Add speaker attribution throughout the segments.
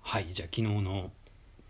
Speaker 1: はいじゃあ昨日の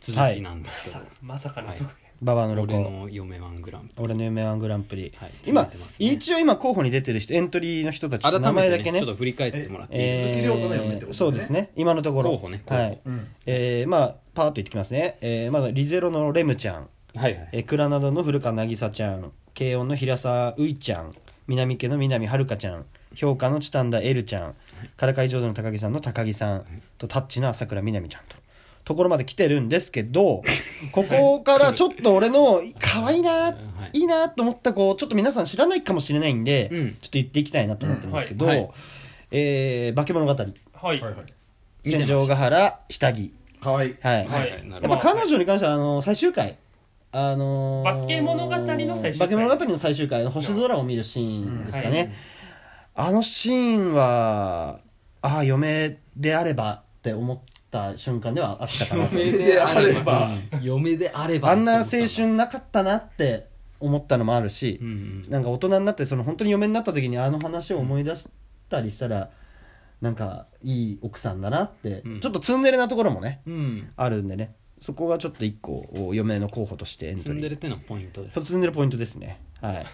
Speaker 1: 続きなんで
Speaker 2: ます
Speaker 1: けど、
Speaker 2: さまさかの続編
Speaker 1: は
Speaker 2: は
Speaker 1: 「い
Speaker 2: い、い
Speaker 1: 「
Speaker 2: や
Speaker 1: ババ
Speaker 2: ババ
Speaker 1: ア
Speaker 2: ア
Speaker 1: の
Speaker 2: のロ
Speaker 1: 俺
Speaker 2: コ
Speaker 1: の嫁ワングランプリ」
Speaker 2: 俺の夢ワングランプリ、
Speaker 1: はい
Speaker 2: 今、
Speaker 1: 続いてますね
Speaker 2: 一応今候補に出てる人エントリーの人たち
Speaker 1: 改
Speaker 2: と
Speaker 1: め
Speaker 2: 名前
Speaker 1: て、
Speaker 2: だ
Speaker 1: ね
Speaker 2: け
Speaker 1: ち
Speaker 2: ね
Speaker 1: ょっと振り返ってもらっていいですか、
Speaker 2: えー
Speaker 3: 鈴木亮の嫁ってことね
Speaker 2: そうですね今のところ
Speaker 1: 候補ね候補
Speaker 2: はい
Speaker 3: うん
Speaker 2: えーまあパーッと言ってきますね、えーまだリゼロのレムちゃん、
Speaker 1: はいはい
Speaker 2: えー、クラナドの古川渚ちゃん慶音の平沢ういちゃん南家の南遥ちゃん評価のチタンダエルちゃんからかい上手の高木さんの高木さんとタッチの朝倉みなみちゃんとところまで来てるんです けどここからちょっと俺の可愛いな
Speaker 1: はい
Speaker 2: いいなと思った子ちょっと皆さん知らないかもしれないんで、
Speaker 1: うん
Speaker 2: ちょっと言っていきたいなと思ってるんですけど、
Speaker 1: うんはい
Speaker 2: えー化け物語
Speaker 4: はい
Speaker 3: はいはい
Speaker 1: 見てま
Speaker 2: 戦
Speaker 1: した
Speaker 2: 場ヶ原下着
Speaker 3: 可愛い
Speaker 2: はい、
Speaker 1: はい
Speaker 4: は
Speaker 1: な
Speaker 4: い
Speaker 2: や
Speaker 1: る
Speaker 2: っ
Speaker 1: ほ
Speaker 2: ぱ
Speaker 1: ど
Speaker 2: 彼女に関してはあの最終回あのー
Speaker 4: 化け物語の最終回
Speaker 2: 化け物語の最終回の星空を見るシーンですかね、
Speaker 4: うんはい
Speaker 2: あのシーンはああ嫁であればって思った瞬間ではあったかな
Speaker 1: 嫁であれば
Speaker 3: う
Speaker 1: 嫁であれば
Speaker 2: あんな青春なかったなって思ったのもあるし、
Speaker 1: うんうん
Speaker 2: なんか大人になってその本当に嫁になった時にあの話を思い出したりしたらなんかいい奥さんだなって、
Speaker 1: うん
Speaker 2: ちょっとツンデレなところもね
Speaker 1: うん
Speaker 2: あるんでねそこがちょっと一個お嫁の候補としてエント
Speaker 1: ツン
Speaker 2: リ
Speaker 1: デ
Speaker 2: ー
Speaker 1: レってのはポイントです
Speaker 2: そうツンデレポイントですねはい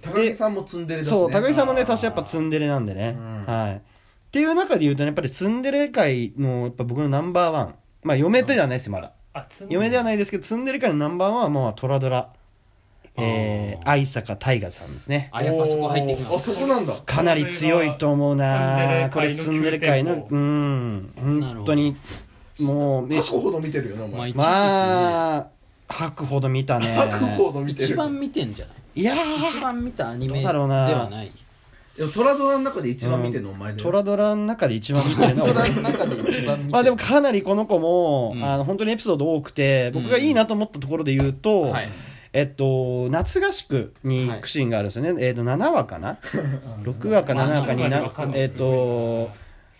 Speaker 3: 高木さんもツンデレだしね
Speaker 2: そう高木さんもね
Speaker 4: あー
Speaker 2: 私やっぱツンデレなんでね、
Speaker 3: うん
Speaker 2: はいっていう中で言うとねやっぱりツンデレ界のやっぱ僕のナンバーワンまあ嫁ではないですまだ
Speaker 4: あつ
Speaker 2: 嫁ではないですけどツンデレ界のナンバーワンはもうトラドラえ
Speaker 1: あ
Speaker 2: ー、愛坂大河さんですね
Speaker 1: あやっぱそこ入ってきま
Speaker 3: おーあ
Speaker 1: す
Speaker 3: そこなんだ
Speaker 2: かなり強いと思うなこ
Speaker 4: こ
Speaker 2: れ
Speaker 4: れ
Speaker 2: ツ
Speaker 4: ツ
Speaker 2: ン
Speaker 4: ン
Speaker 2: デ
Speaker 4: デ
Speaker 2: レ
Speaker 4: レ
Speaker 2: 界
Speaker 4: 界
Speaker 2: の
Speaker 4: の
Speaker 2: うん
Speaker 1: なる
Speaker 2: 本
Speaker 1: ほ
Speaker 2: 当
Speaker 1: ど
Speaker 2: にもう
Speaker 3: 過
Speaker 2: ね
Speaker 3: 去ほど見てるよなお前
Speaker 1: ま
Speaker 2: まあ吐くほど見たね
Speaker 3: 過去ほど見てる
Speaker 1: 一番見てんじゃない
Speaker 2: いや
Speaker 1: 一
Speaker 2: ー
Speaker 1: 番見たアニメ
Speaker 2: どう
Speaker 1: で
Speaker 2: だろうな
Speaker 1: はない
Speaker 3: いやトラドラの中で一番見てるのお前で
Speaker 2: トラドラの中で一番見てるな
Speaker 1: ド
Speaker 2: 俺
Speaker 1: ラの中で一番見て
Speaker 2: まあでもかなりこの子も、
Speaker 1: うん
Speaker 2: あの本当にエピソード多くて僕がいいなと思ったところで言うと、
Speaker 1: はい
Speaker 2: えっと、夏合宿に
Speaker 1: はい
Speaker 2: クシーンがあるんですよね、えっと7話か な6話か7話かに
Speaker 4: まあ
Speaker 2: な、
Speaker 4: わかんない
Speaker 2: えっ
Speaker 4: です
Speaker 2: と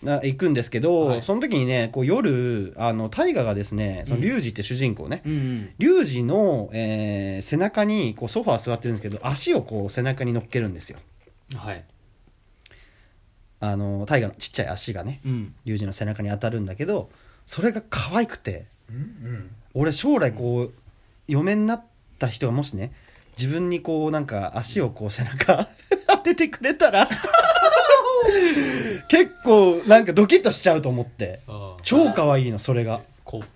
Speaker 2: な行くんですけど、
Speaker 1: はい
Speaker 2: その時にねこう夜あの大河がですねそ
Speaker 1: う
Speaker 2: の
Speaker 1: ん
Speaker 2: リュウジって主人公ね、
Speaker 1: うんうん
Speaker 2: リュウジの、えー背中にこうソファー座ってるんですけど足をこう背中に乗っけるんですよ
Speaker 1: はい
Speaker 2: あの大河のちっちゃい足がね
Speaker 1: うん
Speaker 2: リュウジの背中に当たるんだけどそれが可愛くて
Speaker 3: うんうん
Speaker 2: 俺将来こう、嫁になった人がもしね自分にこうなんか足をこう背中 当ててくれたら結構なんかドキッとしちゃうと思って
Speaker 1: あー
Speaker 2: 超可愛いのそれが
Speaker 1: こう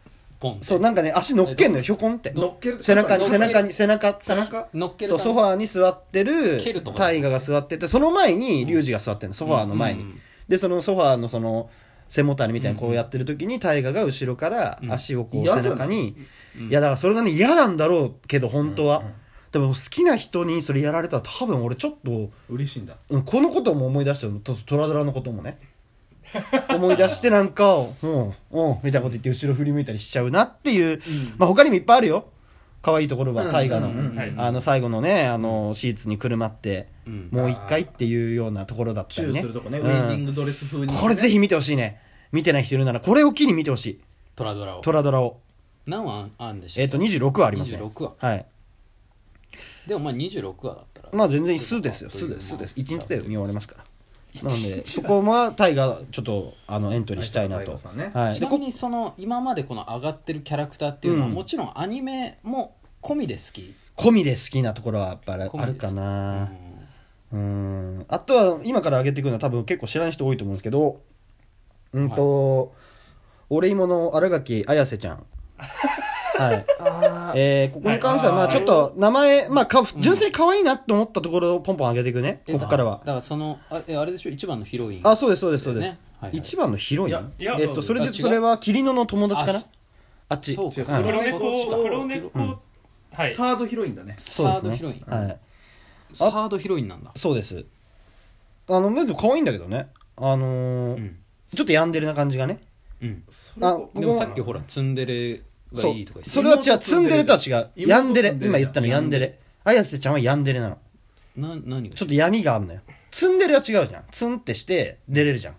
Speaker 1: ポン
Speaker 2: そうなんかね足乗っけんのよひょこんって
Speaker 3: 乗っける
Speaker 2: 背中に
Speaker 1: 乗っ
Speaker 2: 背
Speaker 1: け
Speaker 2: 中に背中背
Speaker 3: 中
Speaker 1: 乗っける
Speaker 2: そうソファーに座ってる
Speaker 1: 蹴るとこだ
Speaker 2: 大河が座っててその前にリュウジが座ってるのソファーの前に、
Speaker 1: うんうん
Speaker 2: でそのソファーのその背もたれみたいなこうやってる時に大河が後ろから足をこう
Speaker 3: 嫌じ
Speaker 2: 背
Speaker 3: ゃない
Speaker 2: 中に、
Speaker 1: うん
Speaker 2: いやだからそれがね嫌なんだろうけど本当は、
Speaker 3: うんうん
Speaker 2: でも好きな人にそれやられたら多分俺ちょっと
Speaker 3: 嬉しいんだ
Speaker 2: うんこのことも思い出してるのとトラドラのこともね思い出してなんかうんうんみたいなこと言って後ろ振り向いたりしちゃうなっていう、まあ他にもいっぱいあるよ可愛いところは大河の、
Speaker 3: うんうんうん
Speaker 4: はい
Speaker 2: あの最後のねあのシーツにくるまって、
Speaker 1: うん
Speaker 2: もう一回っていうようなところだった
Speaker 3: チ
Speaker 2: り
Speaker 3: ュー
Speaker 2: ね
Speaker 3: するとこね
Speaker 2: う
Speaker 3: ウ
Speaker 2: ん
Speaker 3: ェディングドレス風に
Speaker 2: これぜ
Speaker 3: ひ
Speaker 2: ひ見てほしいね見てない人いるならこれを機に見てほしい
Speaker 1: トラドラを
Speaker 2: トラドラを
Speaker 1: 何話あんでしょ
Speaker 2: えっ、と26話ありますね
Speaker 1: 26話
Speaker 2: はい
Speaker 1: でもまあ26話だったら
Speaker 2: まあ全然数ですよ数です数です1日で見終わりますからなのでそこはタイがちょっとあのエントリーしたいなと
Speaker 3: はいタイガーさんね
Speaker 2: はい
Speaker 1: ち
Speaker 2: で
Speaker 1: なみ
Speaker 2: こ
Speaker 1: にその今までこの上がってるキャラクターっていうのは
Speaker 2: うん
Speaker 1: もちろんアニメも込みで好き、
Speaker 2: 込みで好きなところはやっぱりあるか
Speaker 1: う
Speaker 2: なんうんあとは今から上げていくのは多分結構知らない人多いと思うんですけどうんと俺芋の新垣綾瀬ち ゃんはい
Speaker 3: あー
Speaker 2: えーここに関してはまあちょっと名前まあか純粋に可愛いなと思ったところをポンポン上げていくね
Speaker 1: え
Speaker 2: ここから
Speaker 1: だ
Speaker 2: は
Speaker 1: だからそのあえあれでしょ一番のヒロイン
Speaker 2: あそうですそうですそうで
Speaker 1: ね
Speaker 2: す
Speaker 1: はいはい
Speaker 2: 一番のヒロイ
Speaker 3: い
Speaker 2: ン
Speaker 3: や
Speaker 4: いや
Speaker 2: えっとそれ
Speaker 1: あ違
Speaker 2: で
Speaker 1: う
Speaker 2: それはキリノの友達かな
Speaker 1: あ
Speaker 2: あっち
Speaker 1: そう
Speaker 3: 違う
Speaker 2: か
Speaker 4: 黒猫
Speaker 3: 黒
Speaker 4: 黒
Speaker 3: 猫
Speaker 4: 猫、
Speaker 2: うん
Speaker 4: はい
Speaker 3: サードヒロインだね
Speaker 2: そうで
Speaker 1: サ
Speaker 2: す
Speaker 1: ード
Speaker 2: ね
Speaker 1: ヒロイン
Speaker 2: はい
Speaker 1: サードヒロインなんだ
Speaker 2: そうですあのでも可愛いんだけどねあ
Speaker 1: う
Speaker 2: のー
Speaker 1: ん、
Speaker 2: ちょっと病んでるな感じがね
Speaker 1: うん、
Speaker 3: それ
Speaker 2: あ
Speaker 3: こ
Speaker 1: でもさっきほらツンデレが
Speaker 2: そう
Speaker 1: いいとか言って
Speaker 2: それは違うツンデレとは違う
Speaker 3: 妹
Speaker 2: 病んでれ
Speaker 3: 妹
Speaker 2: 今言ったの病んでれ綾瀬ちゃんは病んでれなの
Speaker 1: な何が
Speaker 2: ちょっと闇があんのよツンデレは違うじゃんツンってして出れる じゃん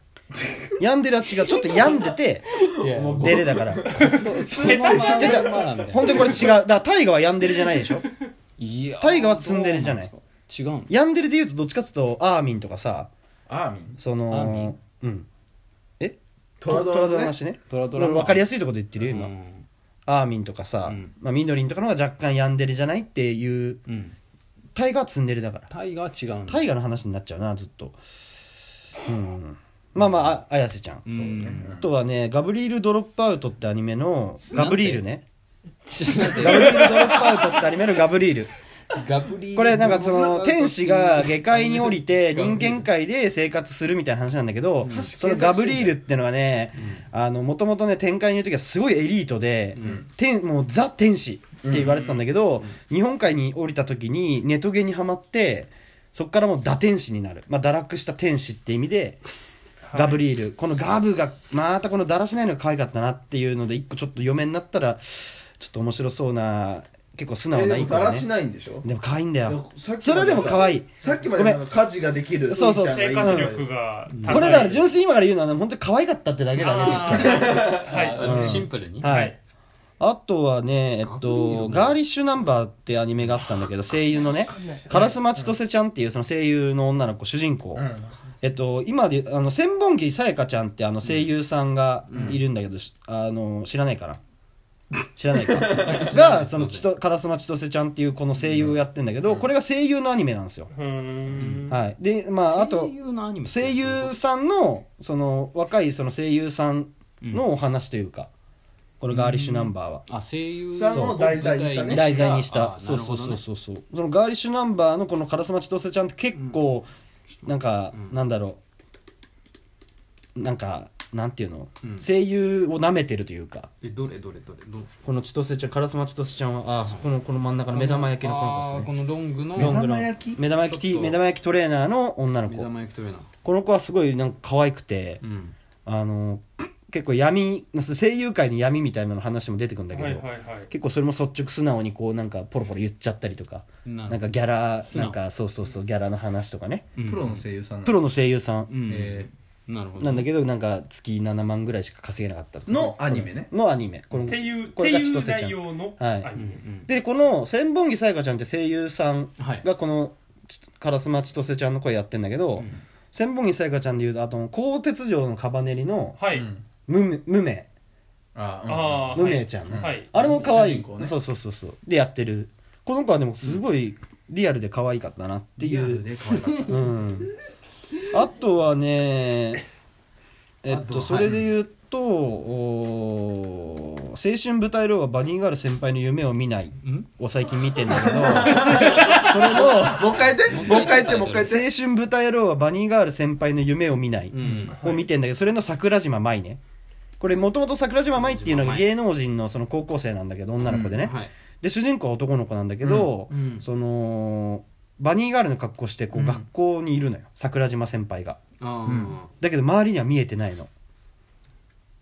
Speaker 2: 病んでれは違うちょっと病んでて
Speaker 1: いやもう
Speaker 2: 出れだから
Speaker 1: そそのまま
Speaker 2: 下手じゃん
Speaker 1: まんまなんだよ
Speaker 2: 本当にこれ違うだから大河は病んでるじゃないでしょ
Speaker 1: いや
Speaker 2: 大河はツンデレじゃない
Speaker 1: どうなんですか違うの
Speaker 2: 病んでるで言うとどっちかっつうとアーミンとかさ
Speaker 3: アーミン
Speaker 2: そ
Speaker 1: アーミン
Speaker 2: のうんえ
Speaker 3: トラドラのね
Speaker 2: の話ね
Speaker 1: トラドラの
Speaker 2: 分かりやすいところで言ってるよ
Speaker 1: う
Speaker 2: 今、
Speaker 1: ん
Speaker 2: アーミンとかさ、
Speaker 1: うん
Speaker 2: まあ、ミドリンとかの方が若干ヤンデレじゃないっていう
Speaker 1: うん
Speaker 2: タイガーツンデレだから
Speaker 1: タイが違うんだ
Speaker 2: タイガーの話になっちゃうなずっとうんまあまああ綾瀬ちゃん、
Speaker 1: うん
Speaker 2: あとはね「ガブリール・ドロップアウト」ってアニメの
Speaker 1: なんて
Speaker 2: ガブリールね
Speaker 1: ちょっと待っ
Speaker 2: ガブ
Speaker 1: て
Speaker 2: リール・ドロップアウトってアニメのガブリール
Speaker 1: ガブリール
Speaker 2: これなんかその天使が下界に降りて人間界で生活するみたいな話なんだけど、
Speaker 3: ん
Speaker 2: そのガブリールっていうのがねあのもともとね天界にいる時はすごいエリートで、天もうザ天使って言われてたんだけど、日本海に降りた時にネトゲにはまってそこからもう堕天使になる、まあ、堕落した天使って意味で。ガブリール、このガブがまたこのだらしないのが可愛かったなっていうので一個ちょっと嫁になったらちょっと面白そうな結構素直
Speaker 3: え
Speaker 2: な
Speaker 3: で
Speaker 2: いい
Speaker 3: も
Speaker 2: 子
Speaker 3: だ
Speaker 2: が
Speaker 3: ら
Speaker 2: ね
Speaker 3: しないんでしょ
Speaker 2: でも可愛いんだ
Speaker 3: で
Speaker 2: よ
Speaker 3: もさっき
Speaker 2: それはでも
Speaker 3: まさ
Speaker 2: 可愛い
Speaker 3: さっきまでなんか家事ができる
Speaker 2: そうそう
Speaker 3: いいちゃ
Speaker 2: 生
Speaker 4: 生
Speaker 3: んがいい
Speaker 4: 活力
Speaker 3: とか
Speaker 4: が高い
Speaker 2: これだから純粋に今から言うのはね本当に可愛かったってだけだ
Speaker 4: あ
Speaker 2: ね
Speaker 4: ーは
Speaker 2: う
Speaker 4: い
Speaker 2: ん
Speaker 5: シンプルに
Speaker 2: は
Speaker 4: はいい
Speaker 2: あとはねえっと「ガーリッシュナンバー」ってアニメがあったんだけど声優のね烏丸千歳ちゃんっていうその声優の女の子主人公、
Speaker 3: うん
Speaker 2: えっと今であの千本木さやかちゃんってあの声優さんがいるんだけど、しあの知らないかな知らないかがそのちと烏丸千歳ちゃんっていうこの声優をやってんだけど、これが声優のアニメなんですよ、
Speaker 4: うーん
Speaker 2: はいでまああと
Speaker 5: 声優のアニメ
Speaker 2: 声優さんのその若いその声優さんのお話というか、このガーリッシュナンバーは、
Speaker 5: あ声優
Speaker 3: さんを題材にしたねうん
Speaker 2: 題材にした、
Speaker 5: あ
Speaker 2: そうそう
Speaker 5: な
Speaker 2: そ
Speaker 5: るほ
Speaker 2: うそうそう、そのガーリッシュナンバーのこの烏丸千歳ちゃんって結構、なんか、なんだろうなんかなんていうの、
Speaker 5: うん
Speaker 2: 声優をなめてるというか
Speaker 5: どねえどれどれどれど
Speaker 2: この千歳ちゃん烏丸千歳ちゃんはあーこのこの真ん中の目玉焼きのこの子
Speaker 5: あー
Speaker 2: です
Speaker 5: こ
Speaker 2: ね
Speaker 5: のロングの
Speaker 2: ロングの
Speaker 3: 目玉焼き
Speaker 2: 目玉焼き
Speaker 5: ちょっと
Speaker 2: 目玉焼きトレーナーの女の
Speaker 5: 目
Speaker 2: 子
Speaker 5: 玉焼きトレーナー
Speaker 2: この子はすごいなんか可愛くて、
Speaker 5: うん
Speaker 2: あの結構闇声優界の闇みたいなの話も出てくるんだけど、
Speaker 4: はいはいはい
Speaker 2: 結構それも率直素直にこうなんかポロポロ言っちゃったりとか
Speaker 5: な
Speaker 2: なん
Speaker 5: る
Speaker 2: かギャラ
Speaker 5: 素
Speaker 2: な
Speaker 5: 直
Speaker 2: んかそうそうそうギャラの話とかね
Speaker 5: うん
Speaker 3: プロの声優さんな
Speaker 2: プロの声優さん
Speaker 5: うん
Speaker 3: え
Speaker 5: なるほど
Speaker 2: なんだけどなんか月7万ぐらいしか稼げなかったとか
Speaker 3: ーのアニメね
Speaker 2: のアニメこの
Speaker 4: っていう
Speaker 2: これが
Speaker 4: って
Speaker 2: 千
Speaker 4: いう
Speaker 2: 歳ちゃ
Speaker 4: 内
Speaker 2: ん
Speaker 4: 容の
Speaker 2: はい
Speaker 4: ア
Speaker 5: う
Speaker 4: ニメ
Speaker 5: ん
Speaker 2: でこの千本木さやかちゃんって声優さん
Speaker 5: うんはい
Speaker 2: がこのち烏丸千歳ちゃんの声やってんだけど、
Speaker 5: ん
Speaker 2: 千本木さやかちゃんでいうとあと鋼鉄城のカバネリの
Speaker 4: は
Speaker 3: う
Speaker 4: い
Speaker 3: ん
Speaker 2: 無名無名
Speaker 3: あーうん
Speaker 4: ああ
Speaker 2: ムメちゃんね、
Speaker 4: はい
Speaker 2: あれも可愛
Speaker 3: 主
Speaker 2: い
Speaker 3: 人公ね
Speaker 2: そうそうそうそうでやってるこの子はでもすごいリアルで可愛かったなってい
Speaker 3: リアル
Speaker 2: う、
Speaker 3: で可愛かっ
Speaker 2: うん、あとは ねえっ
Speaker 5: あと
Speaker 2: と
Speaker 5: は
Speaker 2: それで言うと、おー青春舞台ローはバニーガール先輩の夢を見ない
Speaker 5: うん
Speaker 2: を最近見てんだ けどそれの
Speaker 3: た もう一回言ってもう一回言ってもう一
Speaker 2: 青
Speaker 3: 回言って
Speaker 2: 春舞台ローはバニーガール先輩の夢を見ない、
Speaker 5: うん
Speaker 2: を見てんだけどそれの桜島舞ねこれもともと桜島舞っていうのが芸能人のその高校生なんだけど女の子でね、
Speaker 5: はい
Speaker 2: で主人公は男の子なんだけど、
Speaker 5: うんうん
Speaker 2: そのバニーガールの格好してこう
Speaker 3: うん
Speaker 2: 学校にいるのよ、桜島先輩が
Speaker 5: あ
Speaker 3: うん
Speaker 5: あ
Speaker 2: だけど周りには見えてないの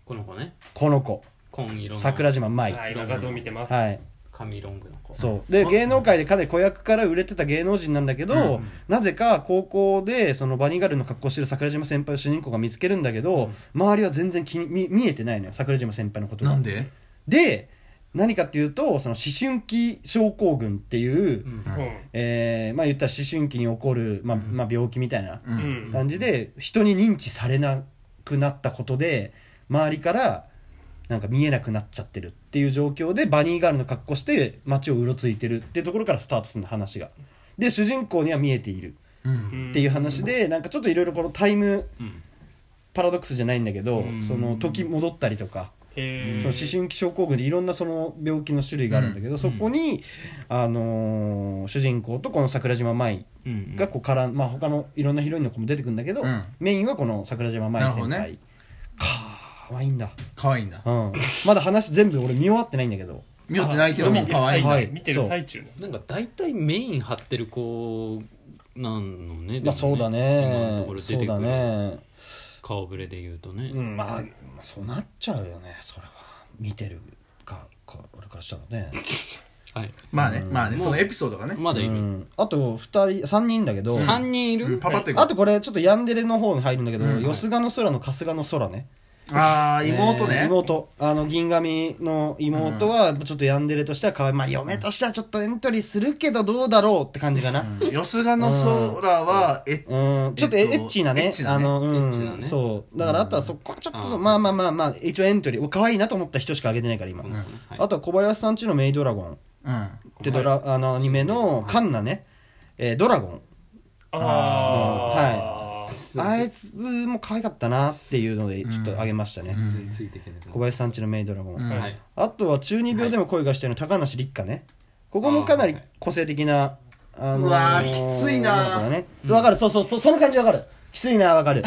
Speaker 5: この子ね
Speaker 2: この子
Speaker 5: 紺色の
Speaker 2: 桜島舞は
Speaker 4: はい今画像見てます
Speaker 2: い、はい、
Speaker 5: 髪ロングの子
Speaker 2: そうで芸能界でかなり子役から売れてた芸能人なんだけど、なぜか高校でそのバニーガールの格好してる桜島先輩を主人公が見つけるんだけど、周りは全然気に見見えてないのよ桜島先輩のことが
Speaker 3: なんで
Speaker 2: で何かっていうとその思春期症候群っていう、
Speaker 5: うん
Speaker 4: うん
Speaker 2: えーまあ言ったら思春期に起こる、まあまあ、病気みたいな
Speaker 3: う
Speaker 4: うんん
Speaker 2: 感じで人に認知されなくなったことで周りからなんか見えなくなっちゃってるっていう状況でバニーガールの格好して街をうろついてるっていうところからスタートするの話が。で主人公には見えている
Speaker 3: うん
Speaker 2: っていう話でなんかちょっといろいろこのタイム
Speaker 5: うん
Speaker 2: パラドックスじゃないんだけど
Speaker 5: うん
Speaker 2: その時戻ったりとか
Speaker 4: へー
Speaker 2: その思春期症候群でいろんなその病気の種類があるんだけど、そこに、あのー主人公とこの桜島舞
Speaker 5: うん
Speaker 2: がこうから、まあ他のいろんなヒロインの子も出てくるんだけど、
Speaker 3: うん
Speaker 2: メインはこの桜島舞先輩、
Speaker 3: なるほど
Speaker 2: かわいいんだ、
Speaker 3: 可愛いんだ
Speaker 2: うん、まだ話全部俺見終わってないんだけど
Speaker 3: 見よってないけども可愛いんだ
Speaker 2: は
Speaker 4: はいい見てる最中
Speaker 5: な
Speaker 4: の
Speaker 5: んか大体メイン張ってる子なんのねでもね
Speaker 2: まあそうだ
Speaker 5: 今の
Speaker 2: ね
Speaker 5: ところ出て
Speaker 2: そ
Speaker 5: く
Speaker 2: う
Speaker 5: る
Speaker 2: だね、
Speaker 5: 顔ぶれで言うとね、
Speaker 2: うん、まあ、まあそうなっちゃうよねそれは見てるかか俺からしたらね、
Speaker 5: はい
Speaker 3: まあねまあね
Speaker 5: もう
Speaker 3: そのエピソードがね
Speaker 5: まだ
Speaker 2: う
Speaker 5: いる、
Speaker 2: ん、あと2人3人だけど
Speaker 5: 3人いる、
Speaker 3: うんパパってい
Speaker 2: あ
Speaker 3: う
Speaker 2: とこれちょっとヤンデレの方に入るんだけど、
Speaker 3: うん
Speaker 2: よすがの空の春日の空ね
Speaker 3: ああ、妹
Speaker 2: えー
Speaker 3: ね。
Speaker 2: 妹あの銀紙の妹はちょっとヤンデレとしては可愛いまあ嫁としてはちょっとエントリーするけどどうだろうって感じかな、
Speaker 3: よすがの空は、え、
Speaker 2: うん、ちょっとエ
Speaker 3: えっと
Speaker 2: ッチな
Speaker 3: エ
Speaker 2: ね
Speaker 3: ッチ。なね
Speaker 2: あの、う、
Speaker 5: エッチなんね
Speaker 2: そう。だから、あとはそこはちょっと、
Speaker 5: うん
Speaker 2: まあまあまあまあ、一応エントリー。お可愛いなと思った人しかあげてないから、今。
Speaker 5: うんはい
Speaker 2: あとは小林さんちのメイドラゴン
Speaker 3: うん。
Speaker 2: ってドラ、あの、アニメのカンナね。えードラゴン。
Speaker 4: あー
Speaker 2: あいつも可愛かったなっていうので、ちょっとあげましたね。
Speaker 5: 全然ついていけない
Speaker 2: 小林さんちのメイドラゴン。
Speaker 3: うん
Speaker 5: はい
Speaker 2: あとは中二病でも恋がしてる高梨立花ね。ここもかなり個性的な、あの
Speaker 3: うわーきついなー
Speaker 2: 女の子だねわかる、そうそう、そうその感じわかる。きついなーわかる。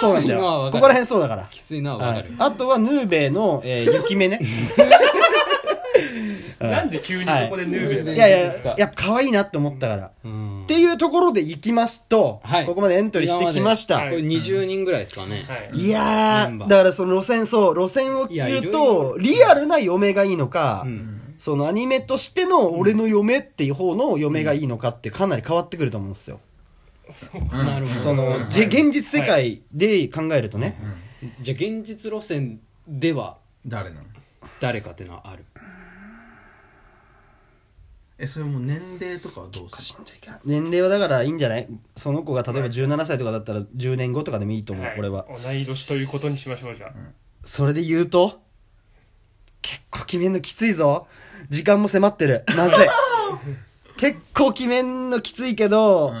Speaker 2: そうなん
Speaker 5: きつ
Speaker 2: だ
Speaker 5: いなー
Speaker 2: よ。
Speaker 5: わかる
Speaker 2: ここら辺そうだから。
Speaker 5: きついなわ
Speaker 2: は
Speaker 5: か
Speaker 2: い
Speaker 5: る、
Speaker 2: あとはヌーベイの、えー、雪目ね。
Speaker 4: なんで急にそこでヌーベ
Speaker 5: は
Speaker 4: ル
Speaker 2: い
Speaker 5: い
Speaker 2: やい
Speaker 5: ですか
Speaker 2: や、やっぱ可愛いなって思ったから。
Speaker 5: うん
Speaker 2: っていうところで行きますと、
Speaker 5: はい
Speaker 2: ここまでエントリーしてきました。
Speaker 4: 今ま
Speaker 5: こ
Speaker 4: で
Speaker 5: れ20人ぐらいですかね、
Speaker 4: はい
Speaker 2: いや
Speaker 5: メンバ
Speaker 2: ー、
Speaker 5: ー
Speaker 2: だからその路線、そう、路線を言う
Speaker 5: いやいろ
Speaker 2: と、リアルな嫁がいいのか、
Speaker 5: うん
Speaker 2: そのアニメとしての俺の嫁っていう方の嫁がいいのかってかなり変わってくると思うんですよ。
Speaker 5: なるほど
Speaker 2: その、じ現実世界で考えるとね。
Speaker 5: じゃあ現実路線では
Speaker 3: 誰なの
Speaker 5: 誰かっていうのはある
Speaker 3: え、それもう年齢とかはどうする
Speaker 2: 年齢はだからいいんじゃないその子が例えば17歳とかだったら10年後とかでもいいと思う、
Speaker 4: はい
Speaker 2: 俺は。
Speaker 4: 同い年ということにしましょうじゃ
Speaker 2: それで言うと、結構決めんのきついぞ。時間も迫ってる。まずい。結構決めんのきついけど、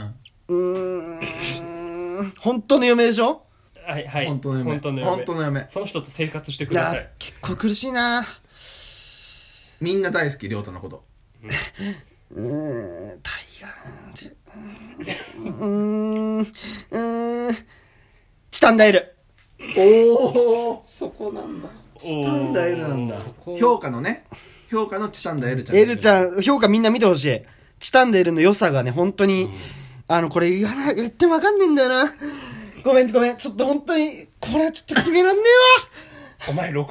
Speaker 2: うーん、 本当の嫁でしょ
Speaker 4: あはいはい
Speaker 3: 本当の嫁
Speaker 4: 本当の
Speaker 3: 本当の嫁
Speaker 4: その人と生活して
Speaker 2: い
Speaker 4: くだ
Speaker 2: や
Speaker 4: さい、
Speaker 2: 結構苦しいな。
Speaker 3: みんな大好き、りょうたのこと。
Speaker 2: うーん、タイガー、うーん、うーん、チタンダイル。
Speaker 3: おお
Speaker 5: そこなんだ
Speaker 4: おー
Speaker 3: チタンダエルなんだ
Speaker 5: こ。
Speaker 3: 評価のね、評価のチタンダエルちゃん。
Speaker 2: エルち
Speaker 3: ん。
Speaker 2: ゃん、評価みんな見てほしい。チタンデールの良さがね、本当に、あの、これ言わない、言ってもわかんねえんだよな。ごめん、ごめん。ちょっと本当に、これはちょっと決めらんねえわ。
Speaker 4: お前ろく